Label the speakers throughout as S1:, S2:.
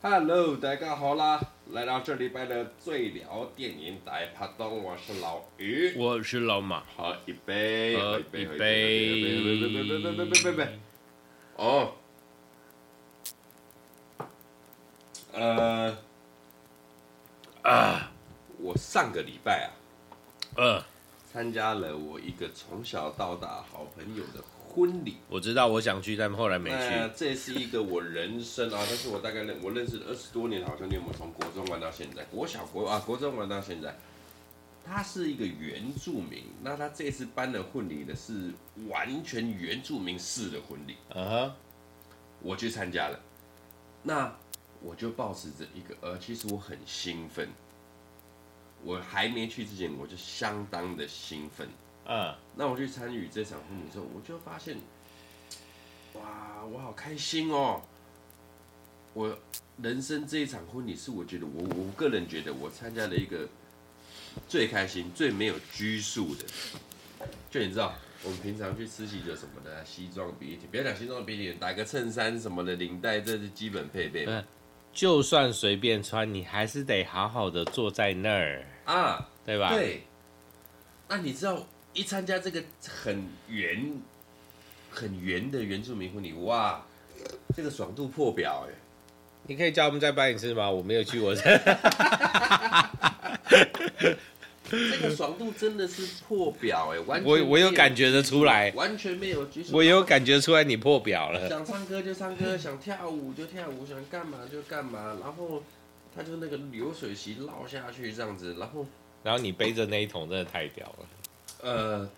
S1: Hello，大家好啦！来到这礼拜的最聊电影台趴东，我是老于。
S2: 我是老马，
S1: 好，一杯，
S2: 喝
S1: 好一杯，
S2: 一
S1: 好一杯，杯
S2: 杯
S1: 杯杯杯杯杯杯。哦，呃，啊，我上个礼拜啊，
S2: 呃，
S1: 参加了我一个从小到大好朋友的婚礼。
S2: 我知道我想去，但后来没
S1: 那
S2: 去。
S1: 这是一个我人生啊，但是我大概认我认识了二十多年的好兄弟，我们从国中玩到现在，国小国啊国中玩到现在。他是一个原住民，那他这次办的婚礼呢是完全原住民式的婚礼，
S2: 啊哈，
S1: 我去参加了。那我就抱持着一个呃，其实我很兴奋，我还没去之前我就相当的兴奋，
S2: 啊，
S1: 那我去参与这场婚礼之后，我就发现，哇，我好开心哦！我人生这一场婚礼是我觉得我我个人觉得我参加了一个最开心、最没有拘束的。就你知道，我们平常去吃喜酒什么的，啊西装笔挺，不要讲西装笔挺，打个衬衫什么的，领带这是基本配备嘛。
S2: 就算随便穿，你还是得好好的坐在那儿，
S1: 啊，
S2: 对吧？，
S1: 对，那你知道一参加这个很圆、很圆的原住民婚礼，哇，这个爽度破表哎、
S2: 你可以叫他们再办一次吗？我没有去，我
S1: 这个爽度真的是破表哎、完全
S2: 我我有感
S1: 觉
S2: 觉得出来，
S1: 完全没有举手，
S2: 我有感觉出来你破表了。
S1: 想唱歌就唱歌， 想跳舞就跳舞，想干嘛就干嘛，然后他就那个流水席绕下去这样子，然后
S2: 然后你背着那一桶真的太屌了，
S1: 呃，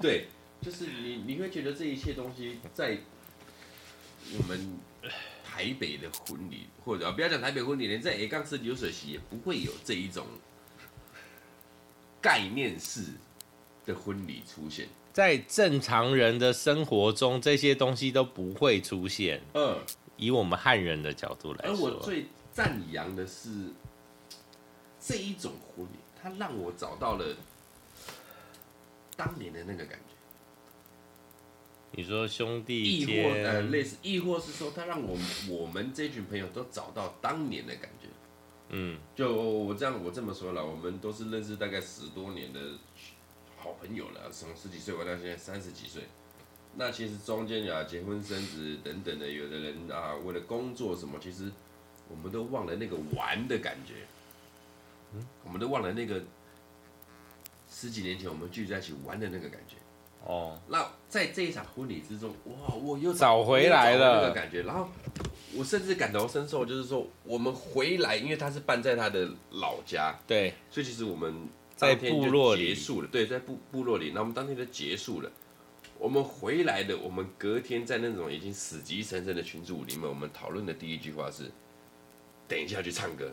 S1: 对，就是你你会觉得这一切东西在我们台北的婚礼，或者、啊、不要讲台北婚礼，连在 A 杠式流水席也不会有这一种概念式的婚礼出现。
S2: 在正常人的生活中，这些东西都不会出现。
S1: 嗯，
S2: 以我们汉人的角度来
S1: 而我
S2: 说，
S1: 最赞扬的是这一种婚礼，它让我找到了当年的那个感觉。
S2: 你说兄弟
S1: 亦或呃
S2: 间，
S1: 类似，亦或是说，他让我们我们这群朋友都找到当年的感觉。
S2: 嗯，
S1: 就我这样我这么说了，我们都是认识大概十多年的好朋友了，从十几岁玩到现在三十几岁。那其实中间啊，结婚生子等等的，有的人啊，为了工作什么，其实我们都忘了那个玩的感觉。嗯，我们都忘了那个十几年前我们聚在一起玩的那个感觉。
S2: 哦，
S1: 那在这一场婚礼之中，哇，我又
S2: 找回来了
S1: 我又找回那个感觉。然后我甚至感同身受，就是说我们回来，因为他是办在他的老家，
S2: 对，
S1: 所以其实我们
S2: 在
S1: 当天就
S2: 部落里
S1: 结束了，对，在部部落里，那我们当天就结束了。我们回来的，我们隔天在那种已经死气沉沉的群组里面，我们讨论的第一句话是：等一下去唱歌，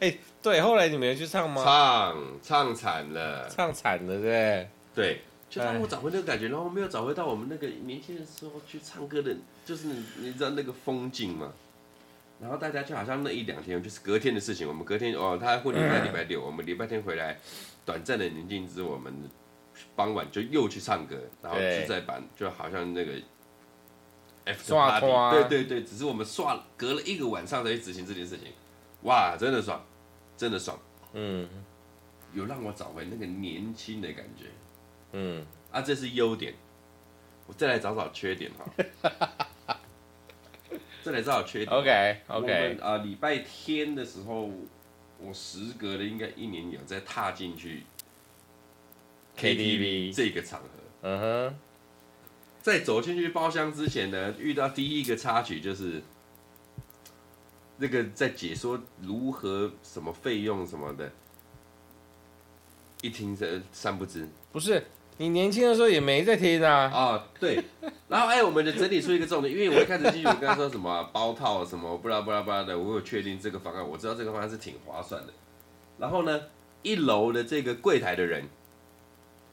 S2: 哎、对，后来你们有去唱吗？
S1: 唱唱惨了。
S2: 唱惨了，对不对？
S1: 对，就
S2: 哎
S1: 让我找回那个感觉，然后没有找回到我们那个年轻的时候去唱歌的，就是你你知道那个风景吗？然后大家就好像那一两天，就是隔天的事情。我们隔天哦，他婚礼在礼拜六，我们礼拜天回来，短暂的宁静之后，我们傍晚就又去唱歌，然后
S2: 对
S1: 就在版，就好像那个 F
S2: 刷拖
S1: 对对对，只是我们刷隔了一个晚上才去执行这件事情，哇，真的爽，真的爽，
S2: 嗯
S1: 有让我找回那个年轻的感觉。
S2: 嗯，
S1: 啊，这是优点。我再来找找缺点哈，再来找找缺点。
S2: OK
S1: 我们
S2: OK，
S1: 啊，礼、拜天的时候，我时隔了应该一年有再踏进去
S2: KTV
S1: 这个场合。
S2: 嗯哼，
S1: 在走进去包厢之前呢，遇到第一个插曲就是那个在解说如何什么费用什么的，一听这三不知。
S2: 不是你年轻的时候也没在听啊，
S1: 啊，对。然后哎、我们就整理出一个重点，因为我一开始进去，我跟他说什么、包套什么，不啦不啦不啦的，我有确定这个方案，我知道这个方案是挺划算的。然后呢，一楼的这个柜台的人，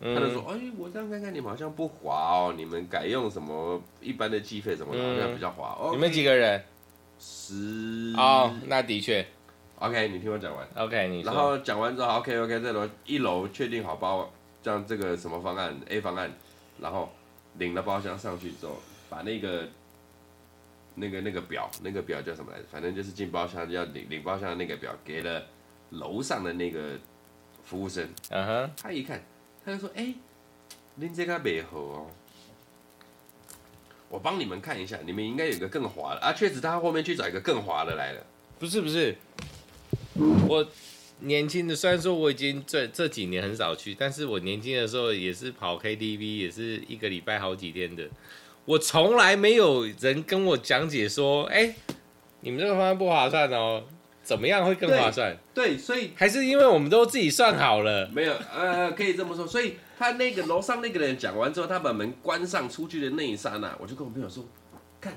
S1: 他就说
S2: 嗯，：“
S1: 哎，我这样看看你们好像不划哦，你们改用什么一般的计费什么的，好像比较划。”哦，
S2: 嗯你们几个人？
S1: 十
S2: 哦，那的确
S1: OK，你听我讲完。
S2: ，OK，你
S1: 然
S2: 说，
S1: 后讲完之后，OK OK，这楼一楼确定好包，这样这个什么方案 A 方案，然后领了包厢上去之后，把那个那个那个表，那个表叫什么来着？反正就是进包厢要领领包厢的那个表给了楼上的那个服务生，
S2: 嗯哼，
S1: 他一看，他就说：“哎、您这个没合哦，我帮你们看一下，你们应该有一个更滑的啊。”确实，他后面去找一个更滑的来了。
S2: 不是不是，我年轻的虽然说我已经这这几年很少去，但是我年轻的时候也是跑 KTV，也是一个礼拜好几天的，我从来没有人跟我讲解说，哎、你们这个方案不划算哦，怎么样会更划算？
S1: 对，所以
S2: 还是因为我们都自己算好了，
S1: 没有，呃，可以这么说。所以他那个楼上那个人讲完之后，他把门关上出去的那一刹那，我就跟我朋友说：“看，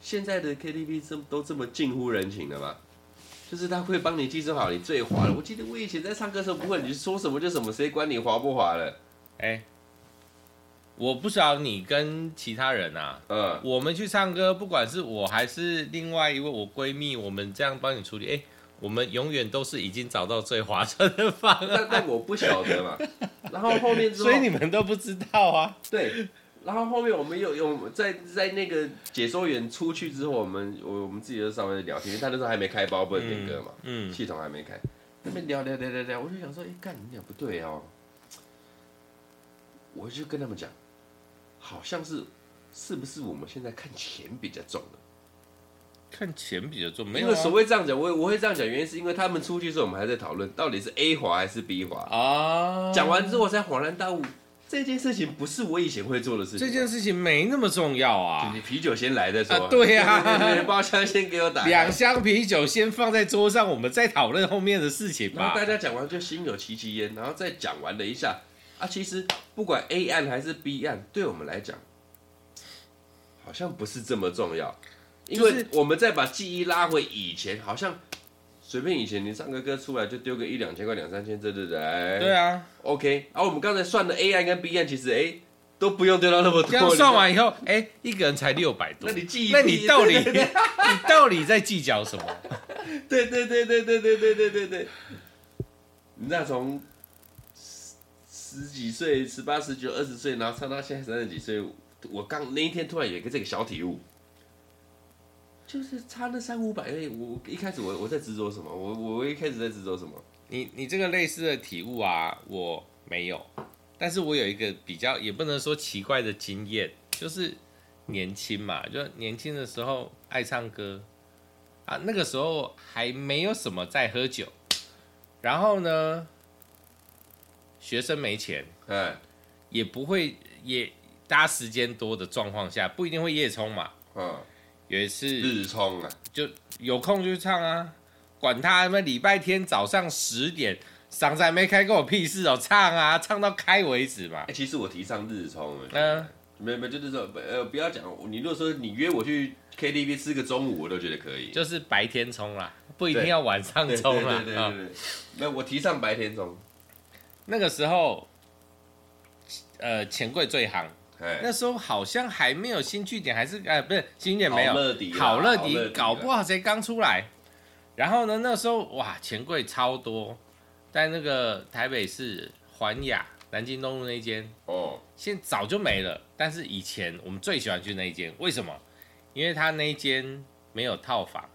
S1: 现在的 KTV 这都这么近乎人情了吗？就是他会帮你计算好你最滑的。我记得我以前在唱歌的时候不会，你说什么就什么，谁管你滑不滑了？
S2: 哎、我不晓得你跟其他人啊，
S1: 嗯，
S2: 我们去唱歌，不管是我还是另外一位我闺蜜，我们这样帮你处理，哎、我们永远都是已经找到最划算的方
S1: 但
S2: 案，
S1: 但我不晓得嘛。然后后面之后
S2: 所以，你们都不知道啊。
S1: 对，然后后面我们有有在在那个解说员出去之后，我们我我们自己就稍微聊天，因为他那时候还没开包，不能点歌嘛。
S2: 嗯，
S1: 系统还没开，那边聊聊聊聊聊，我就想说，哎、干你俩不对哦，我就跟他们讲，好像是是不是我们现在看钱比较重了？
S2: 看钱比较重，没
S1: 因
S2: 有、
S1: 为
S2: 啊、
S1: 所谓这样讲，我我会这样讲，原因是因为他们出去的时候，我们还在讨论到底是 A 滑还是 B 滑。
S2: 啊。
S1: 讲完之后，我才恍然大悟，这件事情不是我以前会做的事情。
S2: 这件事情没那么重要
S1: 就
S2: 啊，
S1: 你啤酒先来再说。
S2: 啊对呀
S1: 对对对包厢先给我打开。
S2: 两箱啤酒先放在桌上，我们再讨论后面的事情
S1: 然
S2: 吧
S1: 后。大家讲完就心有戚戚焉，然后再讲完了一下啊，其实不管 A 案还是 B 案，对我们来讲好像不是这么重要，因
S2: 就
S1: 为
S2: 是
S1: 我们再把记忆拉回以前，好像随便以前你唱个歌出来就丢个一两千块、两三千，对对对，
S2: 对啊，
S1: ，OK。然后我们刚才算的 A 案跟 B 案，其实哎都不用丢到那么多，
S2: 这样算完以后，哎、一个人才六百多，
S1: 那你记忆力
S2: 那你到 底
S1: 对对对
S2: 你到底在计较什么？
S1: 对对对对对对对对对对。你那从十十几岁、十八、十九、二十岁，然后唱到现在三十几岁，我刚那一天突然有一个这个小体悟，就是差那三五百而已。我一开始我我在执着什么？我我我一开始在执着什么？
S2: 你你这个类似的体悟啊，我没有，但是我有一个比较，也不能说奇怪的经验，就是年轻嘛，就年轻的时候爱唱歌啊，那个时候还没有什么在喝酒，然后呢，学生没钱，
S1: 哎，
S2: 也不会也大家时间多的状况下，不一定会夜冲嘛。
S1: 嗯，
S2: 有一次
S1: 日冲啊，
S2: 就有空就去唱啊，管他他妈礼拜天早上十点嗓子还没开，跟我屁事哦，唱啊，唱到开为止嘛
S1: 哎、。其实我提倡日冲啊。
S2: 嗯
S1: 没有没有，就是说，呃，不要讲。你如果说你约我去 KTV 吃个中午，我都觉得可以。
S2: 就是白天冲啦，不一定
S1: 对
S2: 要晚上
S1: 对
S2: 冲啦
S1: 对对。对
S2: 啊，
S1: 对对。没有，我提倡白天冲。
S2: 那个时候，呃，钱柜最行，
S1: 哎，
S2: 那时候好像还没有新据点，还是呃，不是新据点没有，
S1: 好乐迪啦
S2: 好乐
S1: 好乐迪啊
S2: 迪
S1: 啦
S2: 搞不好才刚出来。然后呢，那时候哇，钱柜超多，在那个台北市环亚南京东路那间，
S1: 哦，
S2: 现在早就没了，但是以前我们最喜欢去那一间，为什么？因为他那一间没有套房，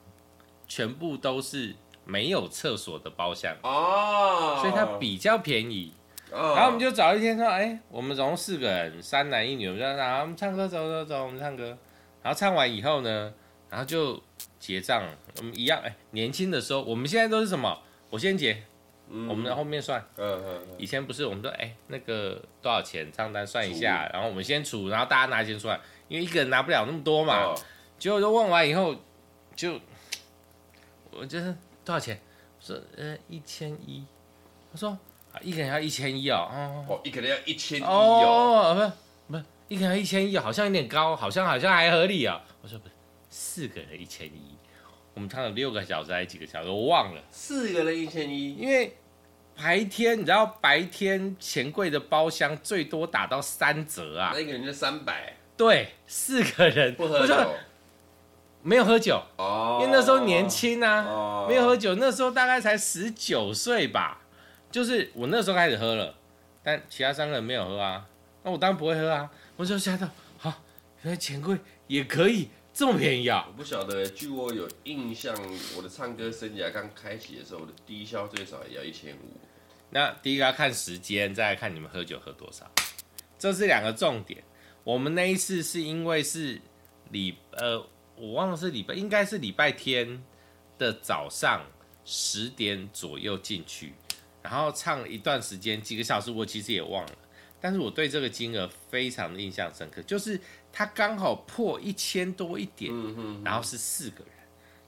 S2: 全部都是没有厕所的包厢，
S1: 哦，
S2: 所以它，比较便宜。
S1: 哦、
S2: 然后我们就找一天说，哎、我们总共四个人，三男一女，我们就让他们唱歌，走走走，我们唱歌。然后唱完以后呢，然后就结账，我们一样，哎、年轻的时候，我们现在都是什么？我先结，
S1: 嗯
S2: 我们在后面算。
S1: 嗯嗯
S2: 以前不是我们说，哎、那个多少钱账单算一下，然后我们先除，然后大家拿钱出来，因为一个人拿不了那么多
S1: 嗯，
S2: 嘛。
S1: 哦
S2: 结果就问完以后，就我就是多少钱？我说呃一千一。他说啊一个人要一千一哦。
S1: 哦，一个人要一千一
S2: 哦
S1: 哦，
S2: 哦，不是不是，一个人要一千一，哦好像有点高，好像好像还合理啊、我说不是，四个人一千一，我们唱了六个小时还是几个小时，我忘了。
S1: 四个人一千一，
S2: 因为白天你知道白天钱柜的包厢最多打到三折啊
S1: 那，一个人就三百，
S2: 对，四个人
S1: 哎不喝
S2: 我
S1: 酒
S2: 说，没有喝酒，
S1: 哦
S2: 因为那时候年，轻啊，
S1: 哦
S2: 没有喝酒，那时候大概才十九岁吧，就是我那时候开始喝了，但其他三个人没有喝啊，那我当然不会喝啊，我就吓到，啊，原来钱柜也可以这么便宜啊
S1: 我，不晓得，据我有印象，我的唱歌生涯刚开启的时候，我的低消最少也要一千五。
S2: 那第一个要看时间，再来看你们喝酒喝多少，这是两个重点。我们那一次是因为是礼呃，我忘了是礼拜，应该是礼拜天的早上十点左右进去，然后唱了一段时间，几个小时，我其实也忘了。但是我对这个金额非常的印象深刻，就是它刚好破一千多一点，
S1: 嗯哼，
S2: 然后是四个人，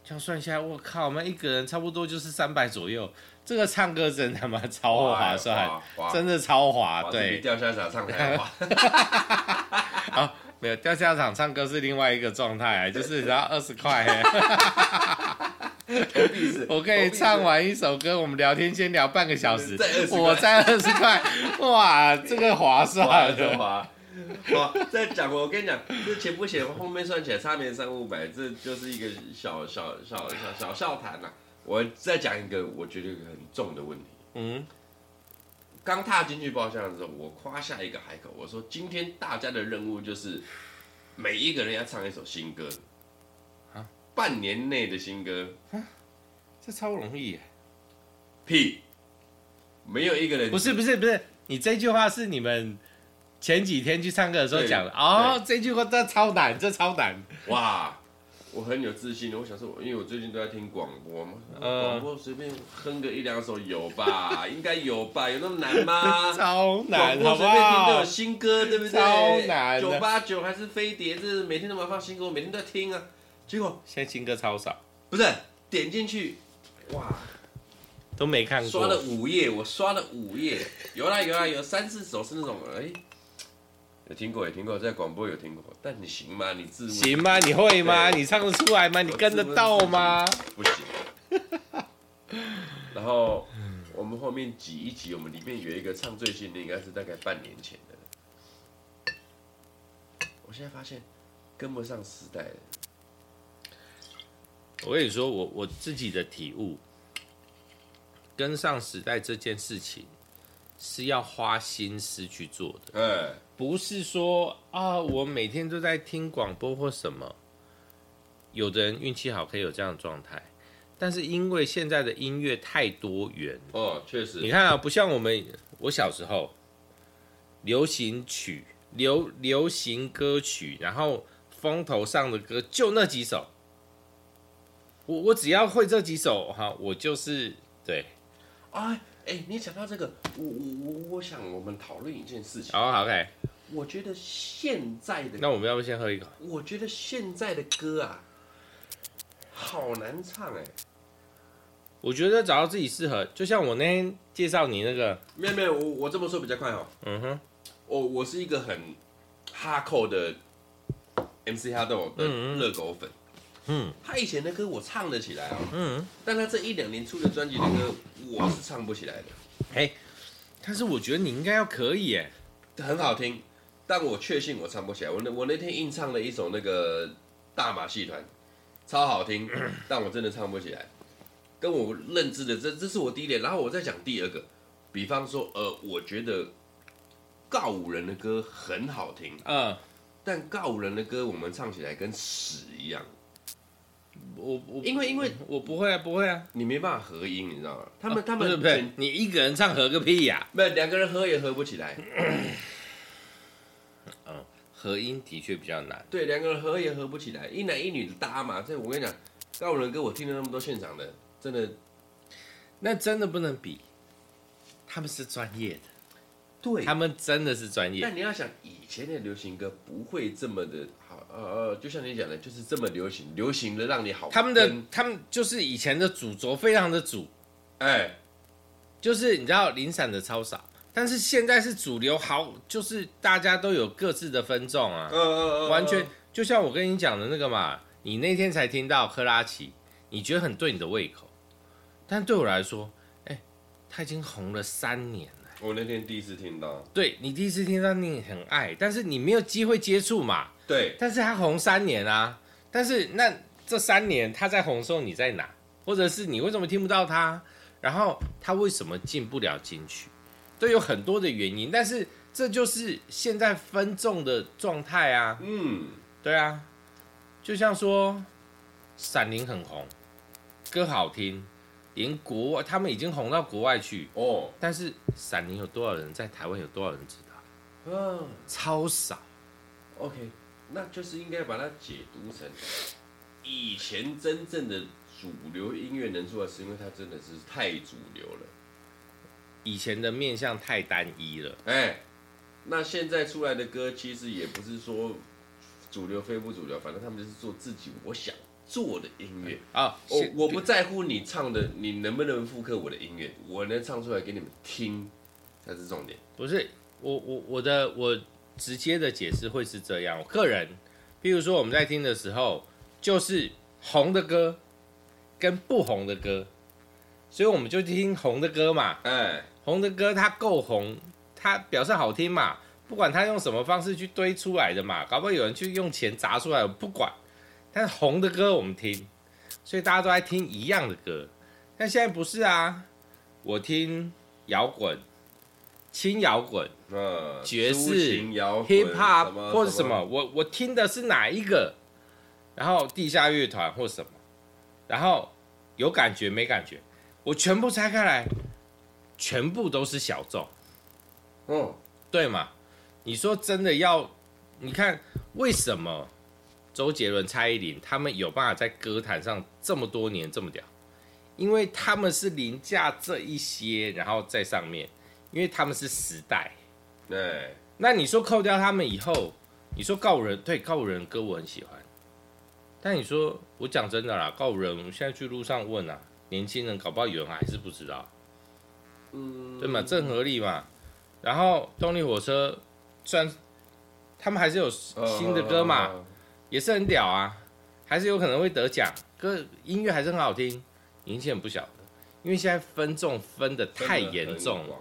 S2: 这样算下来，我靠，我们一个人差不多就是三百左右。这个唱歌真他妈超划算，
S1: 哇，哇
S2: 真的超
S1: 哇
S2: 划。
S1: 这比
S2: 对，
S1: 掉下场唱还 划。
S2: 没有掉下场唱歌是另外一个状态，啊就是只要二十块。
S1: 投币式
S2: 我可以
S1: 投币式
S2: 唱完一首歌，我们聊天先聊半个小时
S1: 再20，块
S2: 我再二十块， 哇，这个划
S1: 划
S2: 算
S1: 就
S2: 的。
S1: 划。哇，再讲我跟你讲，这钱不钱，后面算起来差别三五百，这就是一个小小小小小笑谈呐、我再讲一个，我觉得很重的问题。
S2: 嗯，
S1: 刚踏进去包厢的时候，我夸下一个海口，我说今天大家的任务就是每一个人要唱一首新歌，半年内的新歌，
S2: 这超容易耶。
S1: 屁，没有一个人
S2: 不是不是不是，你这句话是你们前几天去唱歌的时候讲的
S1: 对
S2: 哦，这句话这超难，这超难。
S1: 哇，我很有自信的。我想说，因为我最近都在听广播嘛，
S2: 嗯
S1: 广播随便哼个一两首有 吧，应该有吧，有那么难吗？
S2: 超
S1: 广
S2: 难，
S1: 播
S2: 好不
S1: 随便听都
S2: 好
S1: 有？新歌，对不对？
S2: 超难
S1: 九
S2: 的
S1: 八九还是飞碟，这是每天都有放新歌，我每天都在听啊。结果
S2: 现在新歌超少，
S1: 不是点进去，哇，
S2: 都没看
S1: 刷了
S2: 过。
S1: 五页，我刷了五页，有啦有啦有三四首是那种哎。有听过，有听过，在广播有听过，但你行吗？你自问
S2: 行吗？你会吗？
S1: 对
S2: 你唱得出来吗？你跟得到吗？
S1: 不行。然后我们后面挤一挤，我们里面有一个唱最新的，应该是大概半年前的了。我现在发现跟不上时代了。
S2: 我跟你说，我我自己的体悟，跟上时代这件事情是要花心思去做的。
S1: 哎，
S2: 不是说啊，我每天都在听广播或什么。有的人运气好，可以有这样的状态，但是因为现在的音乐太多元，
S1: 哦，确
S2: 你
S1: 实，
S2: 看啊，不像我们我小时候，流行曲、流流行歌曲，然后风头上的歌就那几首。我我只要会这几首哈，我就是对。
S1: 哎哎，你讲到这个，我我我我想我们讨论一件事情。
S2: 好、好，OK，
S1: 我觉得现在的，
S2: 那我们要不先喝一口？
S1: 我觉得现在的歌啊，好难唱哎。
S2: 我觉得找到自己适合，就像我那天介绍你那个，
S1: 没有没有，我我这么说比较快哦。
S2: 嗯哼，
S1: 我我是一个很哈扣的 MC 哈豆的
S2: 嗯嗯
S1: 热狗粉。
S2: 嗯，
S1: 他以前的歌我唱得起来啊、哦，
S2: 嗯，
S1: 但他这一两年出的专辑的歌我是唱不起来的，
S2: 但是我觉得你应该要可以哎，
S1: 很好听，但我确信我唱不起来。我那我那天硬唱了一首那个大马戏团，超好听， 但我真的唱不起来。跟我认知的这这是我第一点，然后我再讲第二个，比方说呃，我觉得告五人的歌很好听，
S2: 嗯，
S1: 但告五人的歌我们唱起来跟屎一样，
S2: 我我
S1: 因为因为
S2: 我不会啊，不会啊，
S1: 你没办法合音，你知道吗？他们、他
S2: 不是
S1: 们
S2: 不是，你一个人唱合个屁呀、
S1: 没有两个人合也合不起来，
S2: 合音的确比较难，
S1: 对，两个人合也合不起来，一男一女的搭嘛。这我跟你讲，告五人歌我听了那么多现场的，真的
S2: 那真的不能比，他们是专业的，
S1: 对
S2: 他。们真的是专业，
S1: 但你要想，以前的流行歌不会这么的好，呃呃，就像你讲的，就是这么流行，流行的让你好跟。
S2: 他们的他们就是以前的主轴非常的主，
S1: 哎，
S2: 就是你知道零散的超少，但是现在是主流好，就是大家都有各自的分众啊，
S1: 呃呃，呃
S2: 完全就像我跟你讲的那个嘛，你那天才听到克拉奇，你觉得很对你的胃口，但对我来说，哎、他已经红了三年了。
S1: 我那天第一次听到，
S2: 对你第一次听到你很爱，但是你没有机会接触嘛。
S1: 对，
S2: 但是他红三年啊，但是那这三年他在红的时候你在哪，或者是你为什么听不到他，然后他为什么进不了金曲，都有很多的原因。但是这就是现在分众的状态啊，
S1: 嗯，
S2: 对啊，就像说《闪灵》很红，歌好听，连国外他们已经红到国外去，
S1: 哦，
S2: 但是《闪灵》有多少人在台湾有多少人知道？
S1: 嗯
S2: 超少。
S1: ，OK，那就是应该把它解读成以前真正的主流音乐能出来，是因为它真的是太主流了。
S2: 以前的面相太单一了，
S1: 哎，那现在出来的歌其实也不是说主流非不主流，反正他们就是做自己我想做的音乐。
S2: 啊、
S1: 我
S2: 现
S1: 哦我不在乎你唱的，你能不能复刻我的音乐，我能唱出来给你们听，才是重点。
S2: 不是我我我的我直接的解释会是这样，我个人，譬如说我们在听的时候，就是红的歌跟不红的歌，所以我们就听红的歌嘛，
S1: 哎，
S2: 红的歌它够红，它表示好听嘛，不管它用什么方式去堆出来的嘛，搞不好有人去用钱砸出来，我不管。但是红的歌我们听，所以大家都在听一样的歌。但现在不是啊，我听摇滚、轻摇滚、
S1: 那
S2: 爵士
S1: 抒情摇滚
S2: hip
S1: 什
S2: hop
S1: 么
S2: 或者什么，我我听的是哪一个，然后地下乐团或什么，然后有感觉没感觉，我全部拆开来，全部都是小众。
S1: 嗯，
S2: 对嘛？你说真的要，你看为什么周杰伦、蔡依林他们有办法在歌坛上这么多年这么屌？因为他们是凌驾这一些，然后在上面，因为他们是时代。
S1: 哎，
S2: 那你说扣掉他们以后，你说告五人对告五人歌我很喜欢，但你说我讲真的啦，告五人我现在去路上问啊，年轻人搞不好有人还是不知道，
S1: 嗯，
S2: 对嘛，正合理嘛。然后动力火车虽然他们还是有新的歌嘛，
S1: 嗯，
S2: 也是很屌啊，还是有可能会得奖，歌音乐还是很好听，年轻人不晓得，因为现在分众分的太严重了。
S1: 了。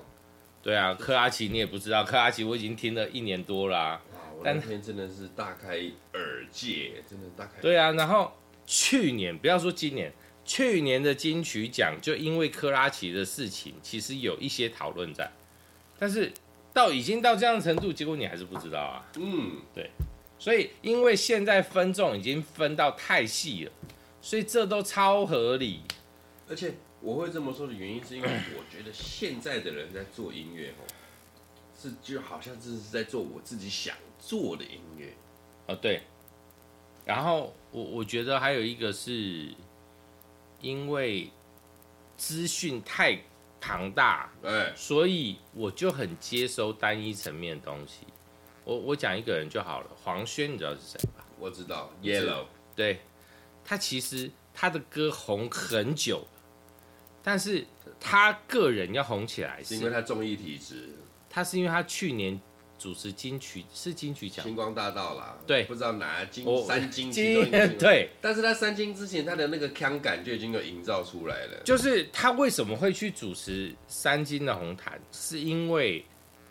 S2: 对啊，克拉奇你也不知道，克拉奇我已经听了一啊年多啦、
S1: 哇，我那
S2: 但
S1: 天真的是大开耳界，真的大开。
S2: 对啊，然后去年不要说今年，去年的金曲奖就因为科拉奇的事情，其实有一些讨论在，但是到已经到这样的程度，结果你还是不知道啊。
S1: 嗯，
S2: 所以因为现在分众已经分到太细了，所以这都超合理。
S1: 而且我会这么说的原因，是因为我觉得现在的人在做音乐，哦，是就好像这是在做我自己想做的音乐。
S2: 哦，对。然后我我觉得还有一个是，因为资讯太庞大，
S1: 哎，
S2: 所以我就很接收单一层面的东西。我我讲一个人就好了，黄轩你知道是谁吧？
S1: 我知道
S2: 你知
S1: ，Yellow，
S2: 道对，他其实他的歌红很久了，但是他个人要红起来
S1: 是因为
S2: 是，
S1: 他综艺体质，
S2: 他是因为他去年主持金曲是金曲奖
S1: 星，光大道啦，
S2: 对
S1: 不知道哪金
S2: 我
S1: 三金其中
S2: 金
S1: 一个金。
S2: 对，
S1: 但是他三金之前，他的那个腔感就已经有营造出来了。
S2: 就是他为什么会去主持三金的红毯，是因为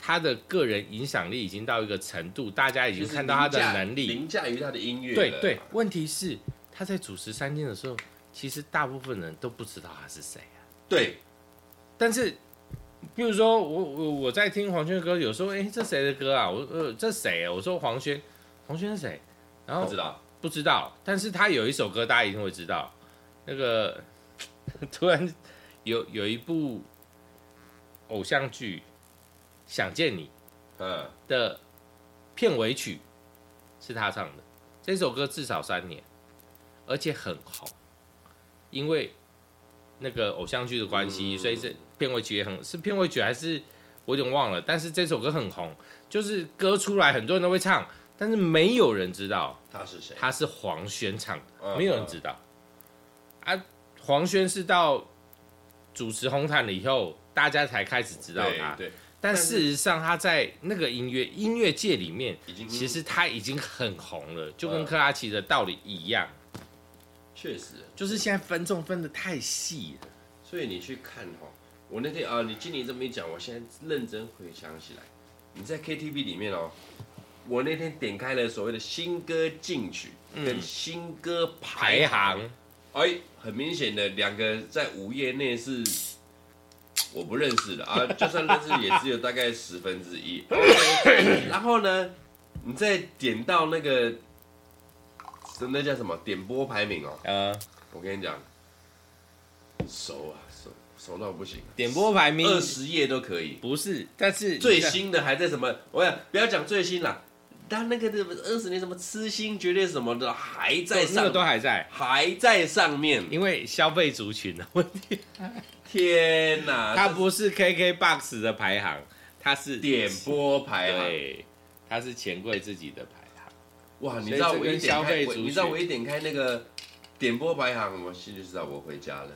S2: 他的个人影响力已经到一个程度，大家已经看到他的能力，
S1: 凌驾于他的音乐。
S2: 对对，，问题是他在主持三金的时候，其实大部分人都不知道他是谁啊。
S1: 对，
S2: 但是，比如说我我我在听黄轩的歌，有时候哎，这谁的歌啊？我呃这谁啊？我说黄轩，黄轩是谁？然后
S1: 不知道。
S2: 不知道，但是他有一首歌大家一定会知道，那个 突然有有一部偶像剧《想见你》
S1: 嗯，
S2: 的片尾曲是他唱的，这首歌至少三年，而且很红，因为那个偶像剧的关系，
S1: 嗯
S2: 所以这片尾曲也很是片尾曲还是我有点忘了，但是这首歌很红，就是歌出来很多人都会唱，但是没有人知道
S1: 他是谁？
S2: 他是黄轩唱的。
S1: 嗯
S2: 没有人知道。啊，黄轩是到主持红毯了以后，大家才开始知道
S1: 对
S2: 他。
S1: 对，
S2: 但
S1: 但
S2: 事
S1: 是
S2: 实上，他在那个音乐音乐界里面，
S1: 已经
S2: 其实他已经很红了，就跟
S1: 嗯
S2: 克拉奇的道理一样，
S1: 确实，
S2: 就是现在分众分的太细了。
S1: 所以你去看哈、我那天啊，你经理这么一讲，我现在认真回想起来，你在 KTV 里面哦，我那天点开了所谓的新歌进曲，跟新歌排
S2: 排
S1: 行，
S2: 行，
S1: 哎，很明显的两个在午夜内是我不认识的啊，就算认识也只有大概十分之一。然后呢，你再点到那个，那叫什么点播排名哦，
S2: 呃，
S1: 我跟你讲，熟啊，熟熟到不行啊，
S2: 点播排名
S1: 二十页都可以。
S2: 不是，但是
S1: 最新的还在什么？我想不要讲最新啦，但那个二十年什么痴心绝恋什么的还在
S2: 那个
S1: 上，
S2: 都还在，
S1: 还在上面。
S2: 因为消费族群的问题，
S1: 天哪，
S2: 它不是 KKBOX 的排行，它是
S1: 点播啊排行，
S2: 对，它是钱柜自己的排行。
S1: 哇！你知道我一
S2: 所以这跟消
S1: 点
S2: 费
S1: 开，
S2: 族
S1: 我
S2: 群
S1: 你知道我一点开那个点播排行，我心里就知道我回家了，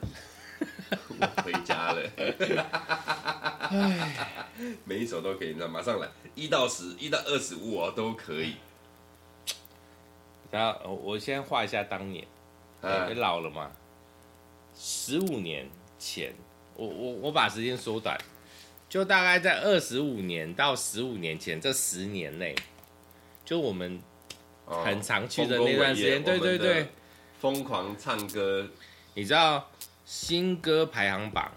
S1: 我回家了。每一首都可以，你知道，马上来，一到十，一到二十五哦，都可以。
S2: 然后呃我先画一下当年，
S1: 啊
S2: 你，老了嘛，十五年前，我我我把时间缩短，就大概在二十五年到十五年前这十年内，就我们
S1: 哦
S2: 很常去的那段时间，对对，
S1: 丰功伟业我们
S2: 对
S1: 的，疯狂唱歌
S2: 你知道新歌排行榜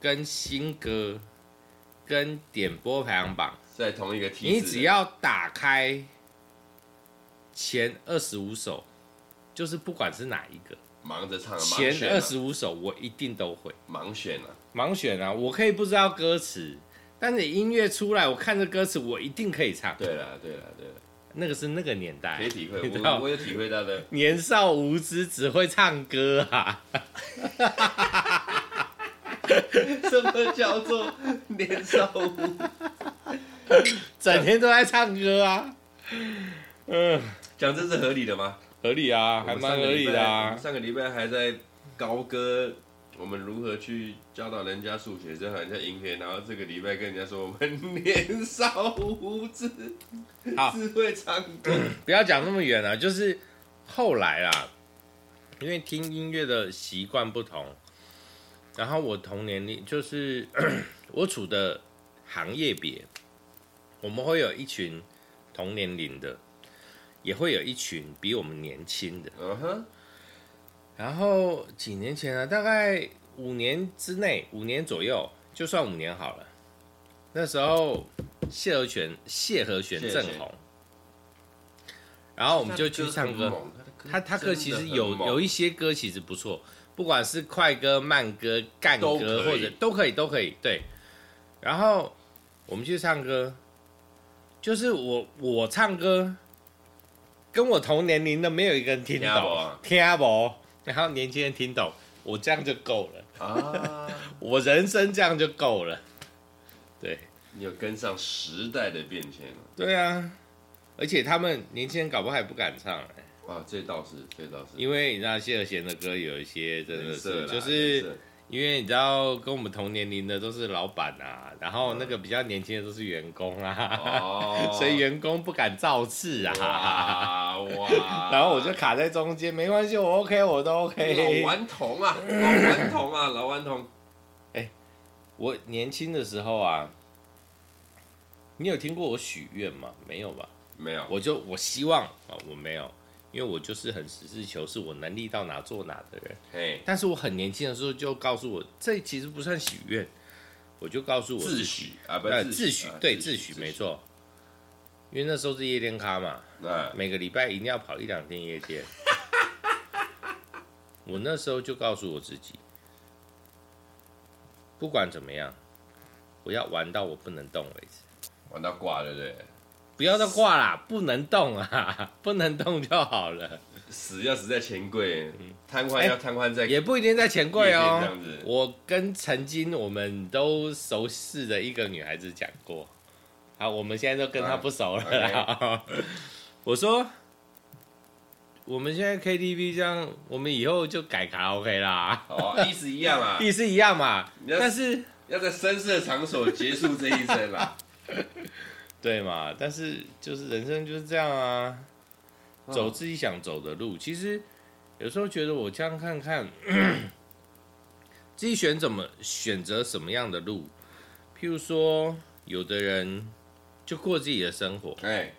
S2: 跟新歌跟点播排行榜，
S1: 在同一个梯子，
S2: 你只要打开前二十五首，就是不管是哪一个，
S1: 忙着唱，盲
S2: 前
S1: 选啊
S2: 二十五首我一定都会。
S1: 盲选啊，
S2: 盲选啊，我可以不知道歌词，但是音乐出来，我看着歌词，我一定可以唱。
S1: 对了对了对了，
S2: 那个是那个年代，啊
S1: 可以体会
S2: 哎你，知
S1: 我
S2: 道
S1: 我有体会到的。
S2: 年少无知，只会唱歌啊！
S1: 什么叫做年少无？
S2: 整天都在唱歌啊。 嗯，
S1: 讲这是合理的吗？
S2: 合理啊，还蛮合理的
S1: 我
S2: 啊
S1: 们。上个礼拜我们上个礼拜还在高歌，我们如何去教导人家数学，教导人家音乐，然后这个礼拜跟人家说我们 年少无知，
S2: 好
S1: 只会唱歌。
S2: 不要讲那么远啊，就是后来啦，因为听音乐的习惯不同，然后我同年龄就是 我处的行业别，我们会有一群同年龄的，也会有一群比我们年轻的。
S1: 嗯哼，
S2: 然后几年前呢，大概五年之内，五年左右，就算五年好了。那时候谢和弦，谢和弦
S1: 谢和
S2: 正
S1: 弦
S2: 红，然后我们就去唱歌。他他歌其实有有
S1: 一
S2: 一些歌其实不错，不管是快歌、慢歌、干
S1: 都可
S2: 歌
S1: 以
S2: 或者都可以都可以对。然后我们去唱歌，就是我我唱歌，跟我同年龄的没有一个人听
S1: 听得
S2: 懂，
S1: 懂啊
S2: 听不，然后年轻人听懂，我这样就够了，
S1: 啊，
S2: 我人生这样就够了。对
S1: 你有跟上时代的变迁了
S2: 对啊，而且他们年轻人搞不好还不敢唱、欸
S1: 啊，这倒是，这倒是，
S2: 因为你知道谢和弦的歌有一些真的
S1: 人
S2: 是
S1: 设啦
S2: 就是
S1: 人。设
S2: 因为你知道，跟我们同年龄的都是老板啊，然后那个比较年轻的都是员工 啊，
S1: 哦
S2: 所以员工不敢造次啊。
S1: 哇哇，
S2: 然后我就卡在中间，没关系，我 OK，我都
S1: 老
S2: OK。
S1: 顽童 啊，老顽童啊，老顽童，
S2: 我年轻的时候啊，你有听过我许愿吗？没有吧？
S1: 没有，
S2: 我就我希望啊，我没有，因为我就是很实事求是，我能力到哪做哪的人。
S1: 嘿，
S2: 但是我很年轻的时候就告诉我，这其实不算许愿，我就告诉我
S1: 自
S2: 己
S1: 诩啊，不
S2: 呃，
S1: 是
S2: 自诩
S1: 啊
S2: 对自诩没，
S1: 自
S2: 错，因为那时候是夜店咖嘛，
S1: 啊，
S2: 每个礼拜一定要跑一两天夜店。我那时候就告诉我自己，不管怎么样，我要玩到我不能动为止，
S1: 玩到挂了对不
S2: 不要再挂啦，不能动啊， 不能动就好了，
S1: 对？死要死在钱柜，瘫痪要瘫痪在
S2: 嗯哎也不一定在钱柜
S1: 夜店这
S2: 哦
S1: 样子。
S2: 我跟曾经我们都熟识的一个女孩子讲过，好，我们现在都跟她不熟了啦。 我说，我们现在 KTV 这样，我们以后就改卡拉 OK 啦，
S1: 哦，意思一样 啊，
S2: 意思一样嘛。
S1: 你要
S2: 但是
S1: 要在深色场所结束这一生啊 啦，
S2: 对嘛，但是就是人生就是这样啊，
S1: 哦
S2: 走自己想走的路。其实有时候觉得我这样看看，自己选怎么选择什么样的路，譬如说，有的人就过自己的生活，
S1: 哎，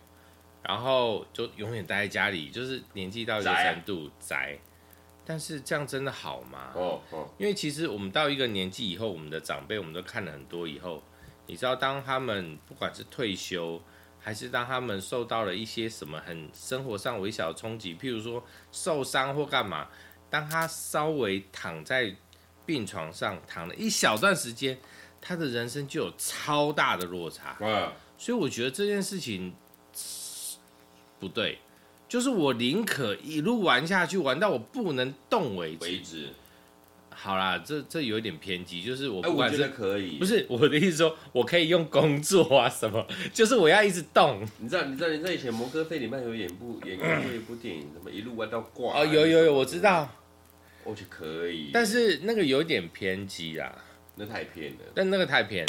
S2: 然后就永远待在家里，就是年纪到一个
S1: 宅啊
S2: 程度宅。但是这样真的好吗？
S1: 哦哦，
S2: 因为其实我们到一个年纪以后，我们的长辈我们都看了很多以后，你知道，当他们不管是退休，还是当他们受到了一些什么很生活上微小的冲击，譬如说受伤或干嘛，当他稍微躺在病床上躺了一小段时间，他的人生就有超大的落差。
S1: 啊，
S2: 所以我觉得这件事情不对，就是我宁可一路玩下去，玩到我不能动为止。
S1: 为止。
S2: 好啦，这这有点偏激，就是我
S1: 哎，
S2: 不
S1: 我
S2: 管
S1: 觉
S2: 是、
S1: 得可以。
S2: 不，是我的意思说，我可以用工作啊什么，就是我要一直动。
S1: 你知道，你知道，你知道以前摩根费里曼有演部演过一部电影，什么一路玩到挂。
S2: 哦，有有有，我知。道，
S1: 我觉得可以，
S2: 但是那个有点偏激啦，
S1: 那太偏了。
S2: 但那个太偏。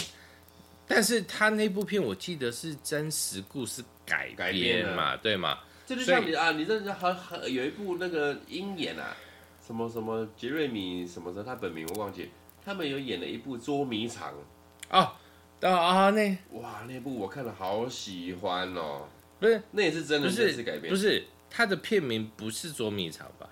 S2: 但是他那部片我记得是真实故事改
S1: 改编
S2: 编
S1: 的
S2: 嘛，对嘛？
S1: 这就
S2: 所以
S1: 像你啊，你这还还有一部那个鹰眼啊，什么什么杰瑞米什么的，他本名我忘记，他们有演了一部捉迷藏，
S2: 哦，哦哦，那
S1: 哇，那部我看了好喜欢哦，
S2: 不是
S1: 那也是真
S2: 不
S1: 人真
S2: 是
S1: 事改编，
S2: 不是他的片名不是捉迷藏吧？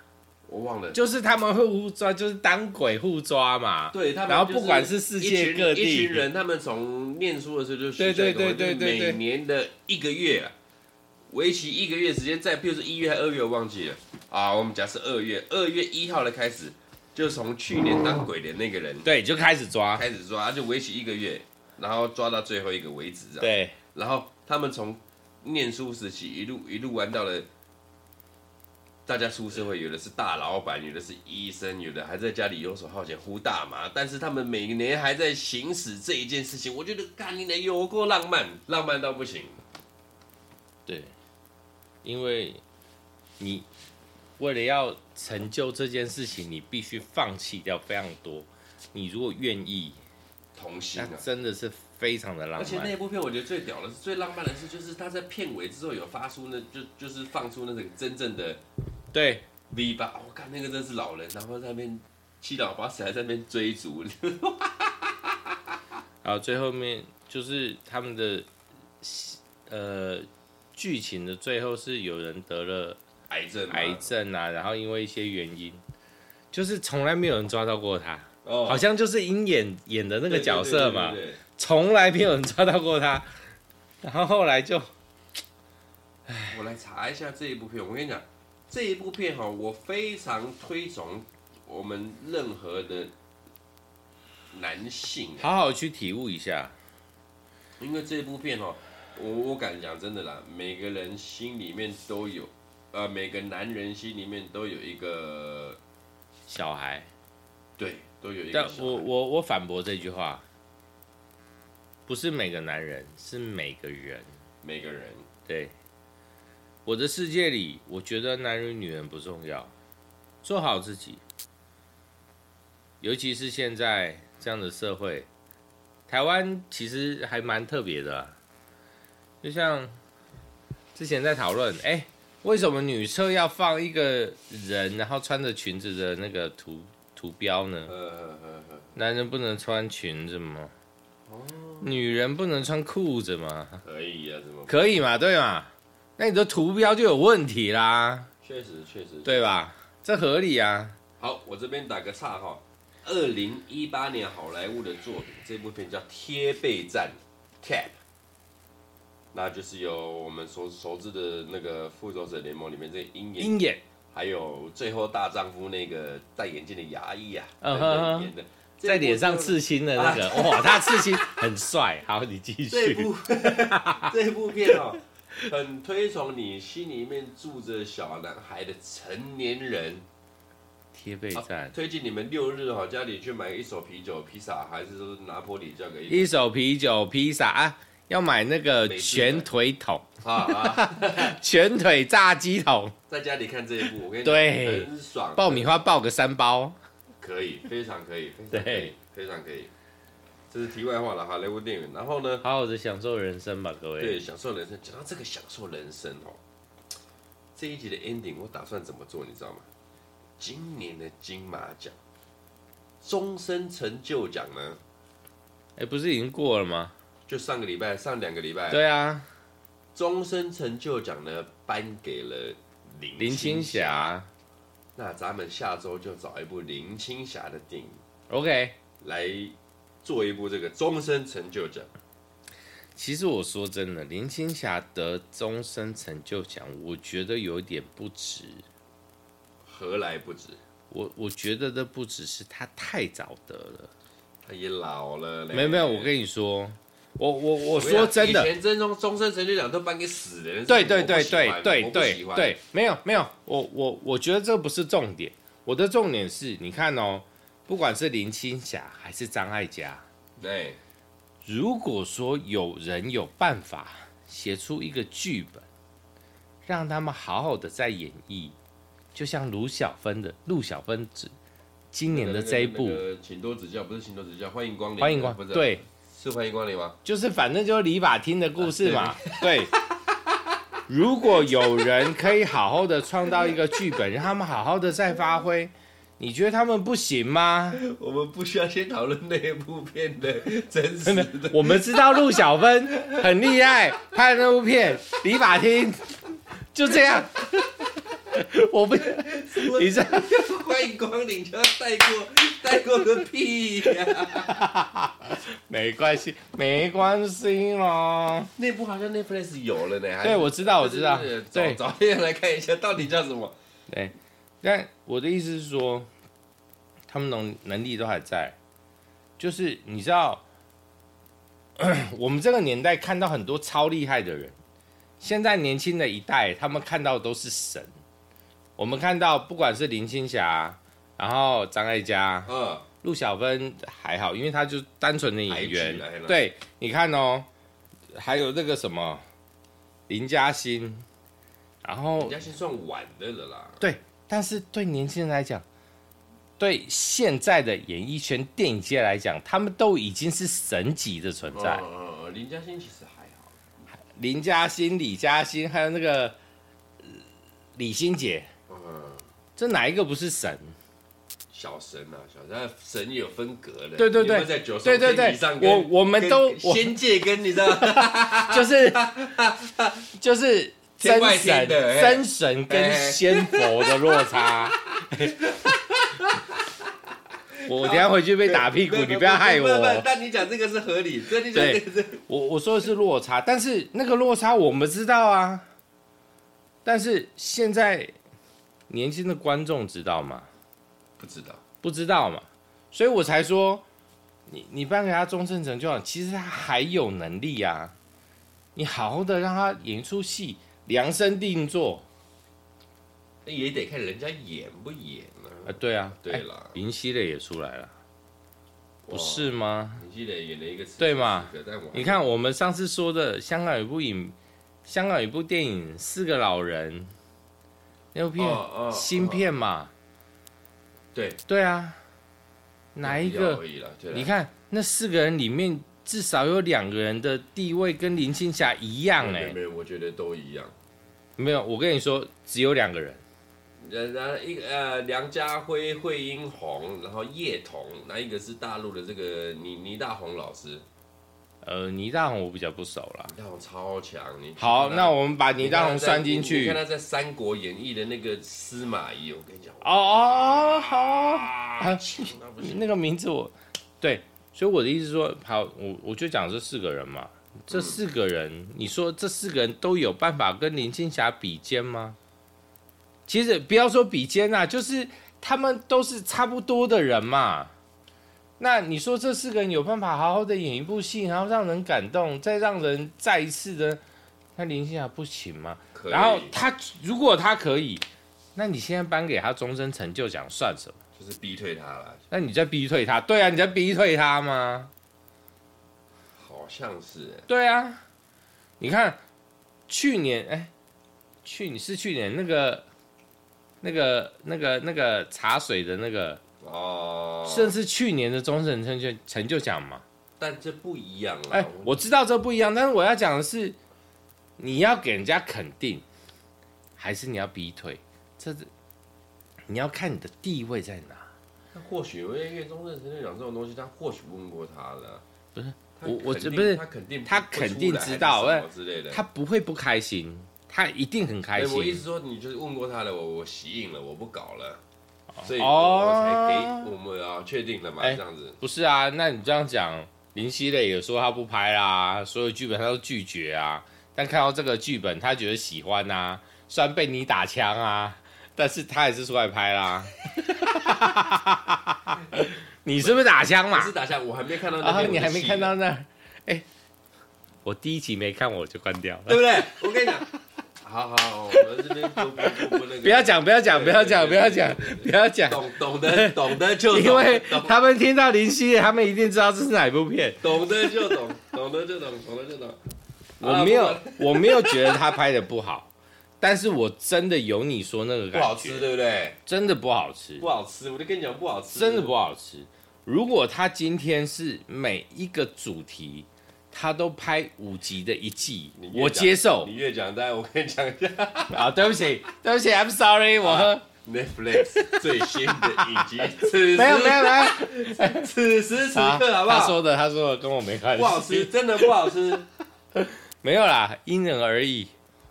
S1: 我忘了，
S2: 就是他们会互抓，就是当鬼互抓嘛。
S1: 对他们
S2: 然后
S1: 就是
S2: 不管是世界各地
S1: 一群一群人，他们从念书的时候就学
S2: 对对
S1: 这个
S2: 对对
S1: 就
S2: 对对
S1: 每年的一个月、啊，为期一个月时间，在比如说一月还二月，我忘记了啊，我们假设二月二月一号的开始，就从去年当鬼的那个人。
S2: 对，就开始抓。
S1: 开始抓，就为期一个月，然后抓到最后一个为止，这样。
S2: 对，
S1: 然后他们从念书时期一路一路玩到了大家出社会，有的是大老板，有的是医生，有的还在家里游手好闲呼大麻，但是他们每年还在行使这一件事情，我觉得干你的有够浪漫，浪漫到不行。
S2: 对，因为你为了要成就这件事情，你必须放弃掉非常多。你如果愿意，
S1: 童心
S2: 那
S1: 啊！
S2: 真的 是非常的浪
S1: 而且
S2: 漫
S1: 那。部片我觉得最屌的是最浪漫的是，就是他在片尾之后有发出那就就是放出那个真正的
S2: 对，
S1: V 八，我看那个真是老人，然后在那边七老八十还在那边追逐，
S2: 然后最后面就是他们的呃剧情的最后是有人得了
S1: 癌症，
S2: 癌，症啊，然后因为一些原因，就是从来没有人抓到过他，
S1: 哦
S2: 好像就是鹰眼演的那
S1: 那
S2: 个角色嘛。
S1: 对对对对
S2: 从来没有人抓到过他。然后后来就
S1: 我来查一下这一部片，我跟你讲，这一部片哈，我非常推崇我们任何的男性啊，
S2: 好好去体悟一下，
S1: 因为这部片哈，我我敢讲真的啦，每个人心里面都有，呃，每个男人心里面都有一个，
S2: 小孩。
S1: 对，都有一
S2: 但
S1: 个小孩，
S2: 我我我反驳这句话，不是每个男人，是每个人。
S1: 每个人，
S2: 对，我的世界里，我觉得男人女人不重要，做好自己。尤其是现在这样的社会，台湾其实还蛮特别的啊、就像之前在讨论，哎、为什么女厕要放一个人，然后穿着裙子的那个图图标呢？
S1: 呃，呃呃
S2: 男人不能穿裙子吗？女人不能穿裤子吗？
S1: 可以啊，怎么？
S2: 可以嘛，对嘛？那你的图标就有问题啦，
S1: 确实，确实，
S2: 对吧？这合理啊。
S1: 好，我这边打个岔哈。二零一八年好莱坞的作品，这部片叫《贴背战》（Cap），那就是由我们所熟知的那个《复仇者联盟》里面这个鹰眼，
S2: 鹰眼
S1: 还有《最后大丈夫》那个戴眼镜的牙医啊，
S2: 嗯
S1: 等
S2: 哼
S1: 等
S2: 哼
S1: 演的，这
S2: 在
S1: 部
S2: 脸上
S1: 就
S2: 刺青的那个，哇，他刺青很帅。好，你继
S1: 这
S2: 续。
S1: 部 这部片哦，很推崇你心里面住着小男孩的成年人。
S2: 贴背战，
S1: 推荐你们六日哈、家里去买一手啤酒、披萨，还是说拿破里交给一
S2: 一手啤酒、披萨啊，要买那个
S1: 美式的
S2: 全腿桶、
S1: 啊啊，
S2: 全腿炸鸡桶，
S1: 在家里看这一部，我跟你讲
S2: 对
S1: 很爽，
S2: 爆米花爆个三包。
S1: 可以，非常可以，非常可以
S2: 对，
S1: 非常可以。这是题外话了哈，莱坞电影。然后呢，
S2: 好好的享受人生吧，各
S1: 对，
S2: 位。
S1: 享受人生。讲到这个享受人生哦，这一集的 ending 我打算怎么做，你知道吗？今年的金马奖终身成就奖呢，
S2: 哎，不是已经过了吗？
S1: 哎就上个礼拜、上两个礼拜，
S2: 对啊，
S1: 终身成就奖呢颁给了林
S2: 林青霞
S1: 那咱们下周就找一部林青霞的电影
S2: ，OK。
S1: 来做一部这个终身成就奖。
S2: 其实我说真的，林青霞得终身成就奖，我觉得有点不值。
S1: 何来不止？
S2: 我我觉得这不只是她太早得了，
S1: 他也老了嘞。
S2: 没有没有，我跟你说，我我我
S1: 我
S2: 说真的
S1: 以，前真终终身成就奖都颁给死人。
S2: 对
S1: 所以
S2: 对
S1: 我不
S2: 对
S1: 喜欢
S2: 对对
S1: 我不喜
S2: 对
S1: 欢
S2: 对，没有没有，我我我觉得这不是重点，我的重点是，你看哦，不管是林青霞还是张艾嘉，
S1: 对，
S2: 如果说有人有办法写出一个剧本，让他们好好的再演绎，就像卢小芬的陆小芬只今年的这一部
S1: 那个，那个请多指教，不是请多指教，欢迎光临，
S2: 欢迎光
S1: 不是
S2: 对，
S1: 是欢迎光临吗？
S2: 就是反正就是理发厅的故事嘛，
S1: 啊
S2: 对。如果有人可以好好的创造一个剧本，让他们好好的再发挥，你觉得他们不行吗？
S1: 我们不需要先讨论那部片的真实的。
S2: 我们知道陆小芬很厉害，拍了那部片《理发厅》，就这样。我不，你这
S1: 欢迎光临，就要带过带过个屁呀、
S2: 没关系，没关系咯。
S1: 那部好像 Netflix 有了呢，还是
S2: 对，我知道，我知道
S1: 对对，对
S2: 对
S1: 找找一人来看一下，到底叫什么？
S2: 对。但我的意思是说，他们能能力都还在，就是你知道， 我们这个年代看到很多超厉害的人，现在年轻的一代，他们看到都是神。我们看到不管是林青霞，然后张艾嘉，
S1: 嗯，
S2: 陆小芬还好，因为她就单纯的演员
S1: 抬举来了。
S2: 对，你看哦，还有那个什么林嘉欣，然后
S1: 人家先算晚的了啦。
S2: 对，但是对年轻人来讲，对现在的演艺圈、电影界来讲，他们都已经是神级的存在。
S1: 嗯嗯嗯，林嘉欣其实还好，
S2: 林嘉欣、李嘉欣，还有那个呃李心洁，
S1: 嗯，
S2: 这哪一个不是神？
S1: 小神啊，小神，他神也有分隔的。
S2: 对对对
S1: 你有没有在九
S2: 对对
S1: 天
S2: 对
S1: 以上，跟
S2: 我我们
S1: 跟
S2: 都我
S1: 仙界跟你知道，
S2: 就是就是
S1: 天
S2: 真
S1: 外天
S2: 神、
S1: 的哎
S2: 真神跟
S1: 哎
S2: 仙佛的落差。 我我等一下回去被打屁股，你不要害
S1: 不不不
S2: 我。
S1: 但你讲这个是合理，这你讲这个是
S2: 我我说的是落差，但是那个落差我们知道啊。但是现在年轻的观众知道吗？
S1: 不知道。
S2: 不知道嘛，所以我才说，你你颁给他终身成就奖，其实他还有能力啊。你好好的让他演一出戏，量身定做
S1: 那也得看人家演不演呢、
S2: 啊、对啊，
S1: 对啦
S2: 哎林夕的也出来了，不
S1: 哇
S2: 是吗？
S1: 林熙蕾演了一个词，
S2: 对嘛
S1: 四个？但我还
S2: 你看，我们上次说的香港有一部影，香港有一部电影《四个老人》，那部片、
S1: 哦哦
S2: 新片嘛，
S1: 对
S2: 对啊，哪一
S1: 比较
S2: 个
S1: 而？已啦对啦
S2: 你看那四个人里面，至少有两个人的地位跟林青霞一样
S1: 没
S2: 哎、
S1: 有没有，我觉得都一样。
S2: 没有，我跟你说，只有两个人，
S1: 然然一个呃，梁家辉、惠英红，然后叶童，那一个是大陆的这个倪倪大红老师，倪
S2: 呃，倪大红我比较不熟啦。
S1: 大红超强。你
S2: 好，那
S1: 我
S2: 我们把倪大红算
S1: 啊
S2: 进
S1: 你
S2: 去
S1: 看。他在《三国演义》的那个司马懿，我跟你讲，
S2: 哦哦哦，好
S1: 啊，
S2: 啊，
S1: 强到不行
S2: 那个名字我，对，所以我的意思是说，好，我我就讲这四个人嘛，
S1: 嗯
S2: 这四个人，你说这四个人都有办法跟林青霞比肩吗？其实不要说比肩啊，就是他们都是差不多的人嘛。那你说这四个人有办法好好的演一部戏，然后让人感动，再让人再一次的，那林青霞不行吗？
S1: 可以
S2: 然后他如果他可以，那你现在颁给他终身成就奖算什么？
S1: 就是逼退他了，
S2: 那你在逼退他？对啊，你在逼退他吗？
S1: 好像是欸
S2: 对啊，你看去年，哎、去你是去年那个、那个、那个、那个茶水的那个，
S1: 哦，
S2: 甚至去年的终身成就成就奖嘛。
S1: 但这不一样啦。
S2: 哎、我知道这不一样，但是我要讲的是，你要给人家肯定，还是你要逼退？这是你要看你的地位在哪。
S1: 那或许因为因为中正成就奖这种东西，他或许问过他了。他
S2: 我我
S1: 肯定
S2: 这不是
S1: 他肯定
S2: 他
S1: 不
S2: 肯
S1: 出
S2: 定
S1: 来
S2: 知
S1: 还是
S2: 道
S1: 什么之类的。
S2: 他不会不开心，他一定很
S1: 哎，
S2: 开
S1: 我意
S2: 心
S1: 思。说，你就是问过他了，我我息应了，我不搞了，所以我,、
S2: 哦
S1: 才给我们啊确定了嘛，
S2: 哎
S1: 这样子。
S2: 不是啊，那你这样讲，林熙蕾也说他不拍啦，所有剧本他都拒绝啊。但看到这个剧本，他觉得喜欢啊，虽然被你打枪啊，但是他还是出来拍啦。 你是不是打枪
S1: 不
S2: 嘛
S1: 是？打下，我还没看到那
S2: 然后
S1: 边、
S2: 啊你还没看，到那儿，哎、我第一集没看我就关掉
S1: 对
S2: 了。
S1: 不对？我跟你讲，好好，我们这边不不不不那个，
S2: 不要讲，不要讲，不要讲，不要讲，不要讲，
S1: 懂懂得懂得就懂，
S2: 因为
S1: 懂
S2: 他们听到林夕，他们一定知道这是哪一部片。
S1: 懂得就懂，懂得就懂，懂得就懂。
S2: 我
S1: 啊
S2: 没有，我没有觉得他拍的不好，但是我真的有你说那个
S1: 不
S2: 感
S1: 好吃，
S2: 觉，
S1: 对不对？
S2: 真的不好吃
S1: 不，好吃，我就跟你讲不好吃，
S2: 真的不好吃。如果他今天是每一个主题，他都拍五集的一季
S1: 你，越
S2: 我
S1: 讲
S2: 接受
S1: 你越讲，但我跟你讲啊一下
S2: 啊。对不起，对不起，I'm sorry，我喝。
S1: Netflix 最新的影集，此时
S2: 没有没有没 有，
S1: 此啊时此
S2: 啊
S1: 刻好不好？
S2: 他说的，他说的跟我没关系。
S1: 不好吃，真的不好吃。
S2: 没有啦，因人而异。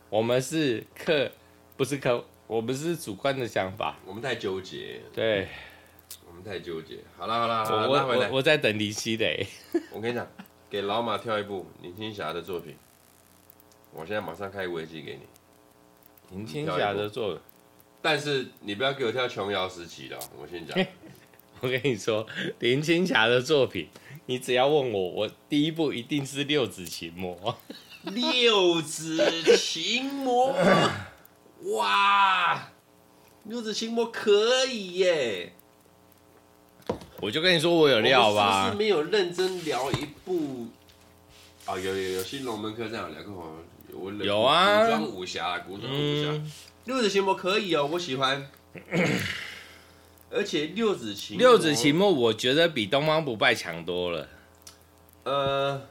S2: 我们是客，不是客，我们是主观的想法。
S1: 我们太纠结，
S2: 对，
S1: 我们太纠结。好了好了，好
S2: 我
S1: 了
S2: 我
S1: 拉回来
S2: 我。我在等林夕蕾。
S1: 我跟你讲，给老马跳一部林青霞的作品，我现在马上开危机给你。
S2: 林青霞的作品，
S1: 但是你不要给我跳琼瑶时期的哦，我先讲。
S2: 我跟你说，林青霞的作品，你只要问我，我第一部一定是《六指琴魔》。
S1: 六指琴魔，哇，六指琴魔可以耶！
S2: 我就跟你说，我有料
S1: 我们是不
S2: 吧
S1: 是？没有认真聊一部？啊，有有有，新龙门客栈有聊过哦，我冷
S2: 有啊
S1: 古装武侠，古装武侠，
S2: 嗯，
S1: 六指琴魔可以哦，我喜 欢。而且六指琴，
S2: 六指琴，魔，我觉得比东方不败强多了。
S1: 呃，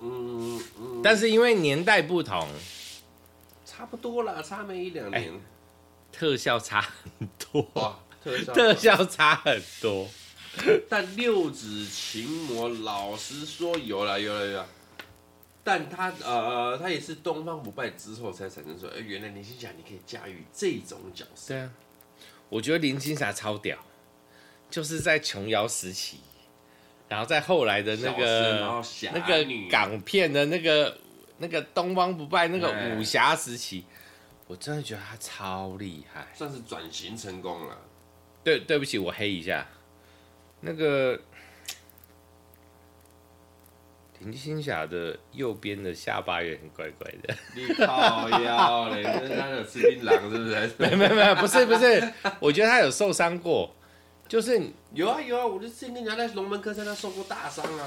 S1: 嗯嗯，
S2: 但是因为年代不同，
S1: 差不多啦，差没一两年。
S2: 哎特效差很多，
S1: 哇，特效
S2: 特效差很多。
S1: 但六指琴魔，老实说有了有了有了，但他呃他也是东方不败之后才产生说，哎、原来林青霞你可以驾驭这种角色，
S2: 对啊，我觉得林青霞超屌，就是在琼瑶时期，然后在后来的那
S1: 小生然
S2: 个
S1: 后侠
S2: 那个
S1: 女，
S2: 港片的那个那个东方不败那
S1: 哎
S2: 个武侠时期，我真的觉得她超厉害。
S1: 算是转型成功了。
S2: 对，对不起，我黑一下，那个林青霞的右边的下巴有点怪怪的。
S1: 你靠腰嘞，那他有吃槟榔是不是？
S2: 没没没，不是不是，我觉得她有受伤过，就是
S1: 有啊有啊，我就之前跟你讲，在龙门客栈他受过大伤啊，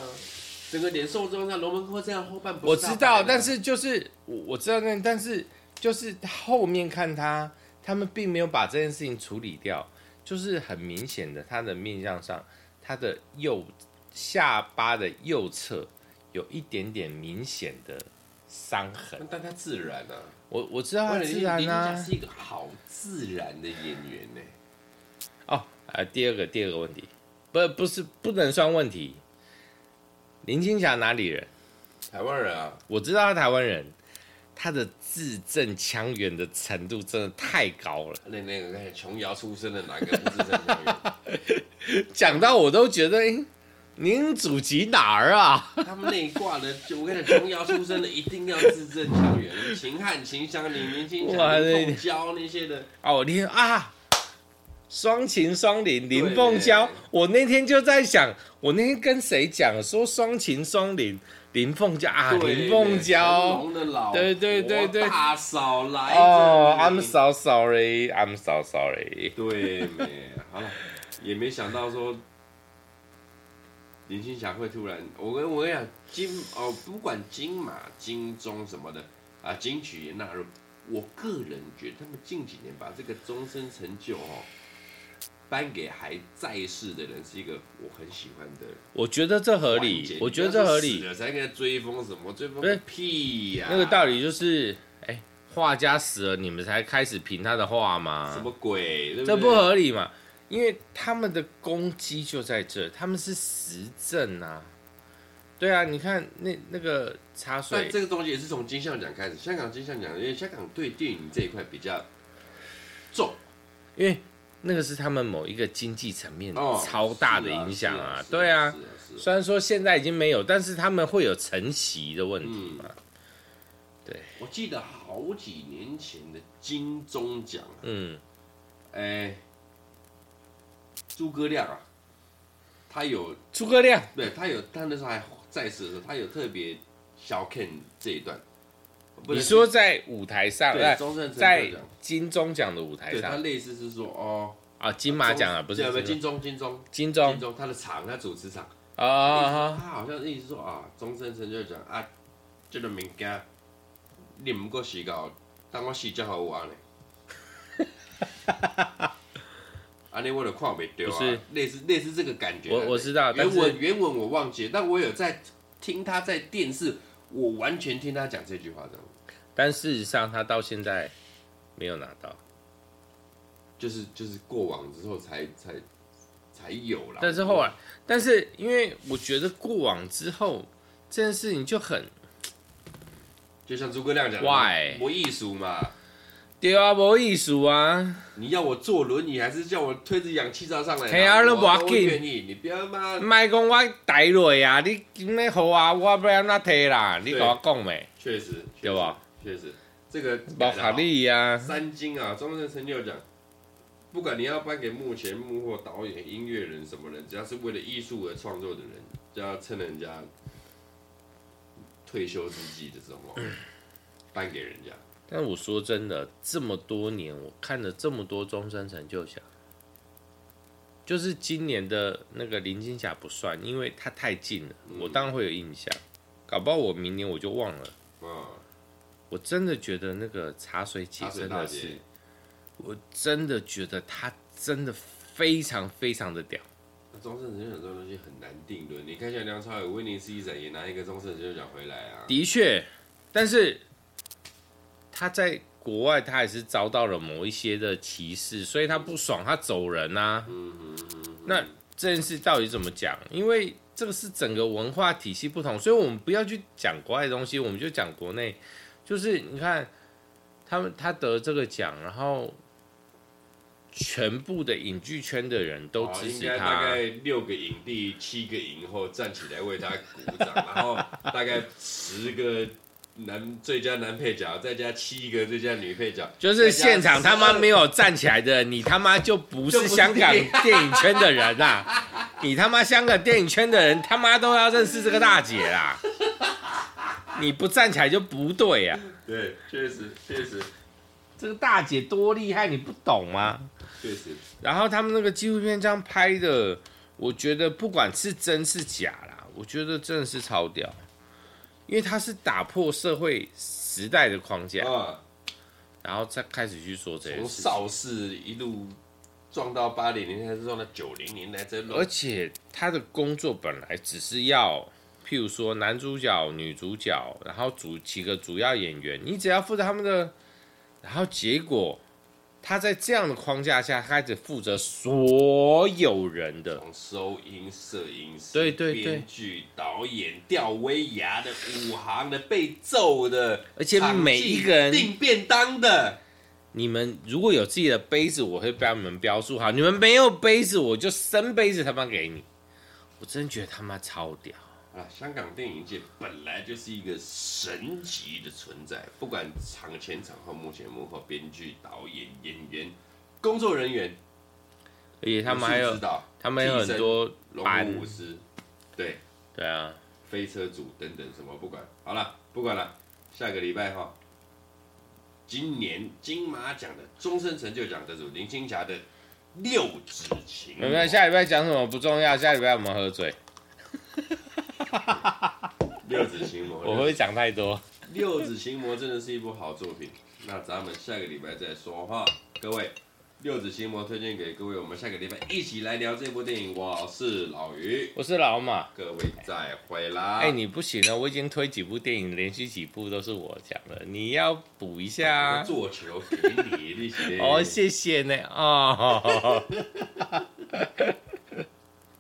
S1: 整个脸受重伤，龙门客栈后半不
S2: 我
S1: 是
S2: 知
S1: 大白啊
S2: 道，
S1: 的
S2: 但是就是我我知道那，但是就是后面看他，他们并没有把这件事情处理掉，就是很明显的，他的面相上，他的右下巴的右侧有一点点明显的伤痕。
S1: 但他自然啊。
S2: 我我知道
S1: 嗯我觉
S2: 他
S1: 得
S2: 自然
S1: 林青霞
S2: 啊
S1: 是。一个好自然的演员呢、
S2: 哦，呃，第二个第二个问题，不不是不能算问题。林青霞哪里人？
S1: 台湾人啊，
S2: 我知道他台湾人，他的字正腔圆的程度真的太高了，
S1: 那那个那个琼瑶出身的哪个不是正常人？
S2: 讲到我都觉得，诶您祖籍哪儿啊？
S1: 他们那一挂的，就我跟你讲，琼瑶出身的一定要字正腔圆，秦汉、秦香林、林青
S2: 哇
S1: 霞、林凤娇那些的，
S2: 哦，林啊，双琴双林林凤娇
S1: 对，
S2: 我那天就在想，我那天跟谁讲说双琴双林林凤娇啊，
S1: 对
S2: 林凤
S1: 成
S2: 娇。
S1: 龙的老婆
S2: 对对对对
S1: 大嫂来
S2: 哦、
S1: 这
S2: i
S1: 里
S2: m so sorry，I'm so sorry。
S1: 对没？好了，也没想到说林青霞会突然，我跟我跟你讲，金哦，不管金马、金钟什么的啊，金曲也纳入。我个人觉得他们近几年把这个终身成就哦，颁给还在世的人，是一个我很喜欢的
S2: 我觉得这合
S1: 环节
S2: 理，我觉得这合理
S1: 你不。要说死了才跟他追风什么追风
S2: 不是
S1: 屁呀、
S2: 那个道理就是，哎、画家死了，你们才开始评他的画吗？
S1: 什么鬼？对
S2: 这
S1: 不
S2: 不
S1: 对
S2: 合理嘛？因为他们的攻击就在这，他们是实证啊，对啊，你看那那个茶
S1: 但
S2: 水，
S1: 这个东西也是从金像奖开始，香港金像奖，因为香港对电影这一块比较重，
S2: 因为那个是他们某一个经济层面
S1: 哦，
S2: 超大的影响
S1: 是
S2: 啊
S1: 是，
S2: 对啊
S1: 是。是
S2: 虽然说现在已经没有，但是他们会有承袭的问题嘛。
S1: 我记得好几年前的金钟奖啊，
S2: 嗯，
S1: 哎、诸葛亮啊，他有
S2: 诸葛亮，
S1: 对他有，他那时候还在世的时候，他有特别小 Ken 这一段。不
S2: 你
S1: 能
S2: 说在舞台上，
S1: 对
S2: 呃
S1: 中正
S2: 在
S1: 在
S2: 金钟奖的舞台
S1: 对他
S2: 上
S1: 类似是说哦，
S2: 啊，金马奖啊，
S1: 中
S2: 不是
S1: 对
S2: 金
S1: 金钟金钟金
S2: 金钟
S1: 钟他的场，他主持场，
S2: 啊啊
S1: 他
S2: 啊
S1: 好像意思说啊，终身成就奖啊，这个名家你唔过死到，当我死才好玩 呢。安尼啊我就看袂到
S2: 不是
S1: 啊，类似类似这个感觉啊。
S2: 我我知道但
S1: 原
S2: 是
S1: 文原文我忘记了，但我有在听他在电视，我完全听他讲这句话，这样
S2: 但事实上他到现在没有拿到，
S1: 就是就是过往之后才才才有啦。
S2: 但是后来，但是因为我觉得过往之后这件事情就很
S1: 就像诸葛亮讲的
S2: Why？
S1: 我艺术嘛，
S2: 对啊，无艺术啊，
S1: 你要我坐轮椅，还是叫我推着氧气罩上来？
S2: 嘿啊
S1: 我
S2: 那
S1: 我
S2: 不要
S1: 都
S2: 紧
S1: 愿意，你不要妈
S2: 卖讲我呆落啊，你今日好啊，我不要那提啦，你
S1: 对
S2: 跟我讲没？
S1: 确实，确实
S2: 对吧？
S1: 确实，这个
S2: 无合理啊，
S1: 三金啊，终身成就奖，不管你要颁给幕前、幕后、导演、音乐人什么人，只要是为了艺术而创作的人，就要趁人家退休之际的时候颁给人家。
S2: 但我说真的，这么多年我看了这么多终身成就奖，就是今年的那个林青霞不算，因为她太近了，
S1: 嗯
S2: 我当然会有印象。搞不好我明年我就忘了。
S1: 嗯，
S2: 我真的觉得那个茶水姐
S1: 茶水
S2: 真
S1: 大
S2: 的是
S1: 姐，，
S2: 我真的觉得她真的非常非常的屌。
S1: 那终身成就奖这种东西很难定论。你看一下梁朝伟威尼斯一展也拿一个终身成就奖回来啊。
S2: 的确，但是他在国外，他也是遭到了某一些的歧视，所以他不爽，他走人啊。那这件事到底怎么讲？因为这个是整个文化体系不同，所以我们不要去讲国外的东西，我们就讲国内。就是你看，他们他得这个奖，然后全部的影剧圈的人都
S1: 哦
S2: 支
S1: 应
S2: 持
S1: 该
S2: 他，
S1: 大概六个影帝、七个影后站起来为他鼓 掌，然后大概十个男最佳男配角，再加七个最佳女配角，
S2: 就是现场他妈没
S1: 有
S2: 有站起来的人，你他妈就不是香港电影圈的人啦、你他妈香港电影圈的人他妈都要认识这个大姐啦！你不站起来就不对啊呀、
S1: 对，确实确实
S2: 这个大姐多厉害，你不懂吗？
S1: 确实，
S2: 嗯然后他们那个纪录片这样拍的，我觉得不管是真是假啦，我觉得真的是超屌，因为他是打破社会时代的框架，
S1: 啊，
S2: 然后再开始去说这些
S1: 从
S2: 事情。
S1: 邵氏一路撞到八零年代，再撞到九零年代，再
S2: 而
S1: 乱
S2: 且他的工作本来只是要，譬如说男主角、女主角，然后主几个主要演员，你只要负责他们的，然后结果他在这样的框架下开始负责所有人的，
S1: 从收音、摄影师、
S2: 对对对
S1: 编剧、导演、吊威亚的、武行的、被揍的，
S2: 而且每一个人
S1: 场记订便当的。
S2: 你们如果有自己的杯子，我会帮你们标注好；你们没有杯子，我就生杯子他妈给你。我真觉得他妈超屌，
S1: 啊，香港电影界本来就是一个神级的存在，不管场前场后、幕前幕后，编剧、导演、演员、工作人员，
S2: 而且他们
S1: 武
S2: 还
S1: 术
S2: 有
S1: 指导、
S2: 他们有很多
S1: 龙
S2: 班
S1: 舞，舞狮，对，
S2: 对啊。
S1: 飞车组等等什么不管，好了，不管了，下个礼拜哈，今年金马奖的终身成就奖得主林青霞的《六指琴
S2: 有没有
S1: 王》，
S2: 下礼拜讲什么不重要，下礼拜我们喝醉，
S1: 六指琴魔，
S2: 我会讲太多。
S1: 《 六指琴魔》真的是一部好作品，那咱们下个礼拜再说哈，各位，《六指琴魔》推荐给各位，我们下个礼拜一起来聊这部电影。我是老于，
S2: 我是老马，
S1: 各位再会啦。
S2: 哎、你不行了，我已经推几部电影，连续几部都是我讲了，你要补一下
S1: 我
S2: 啊。哦
S1: 做球给你，你是
S2: 哦，谢谢呢，哦。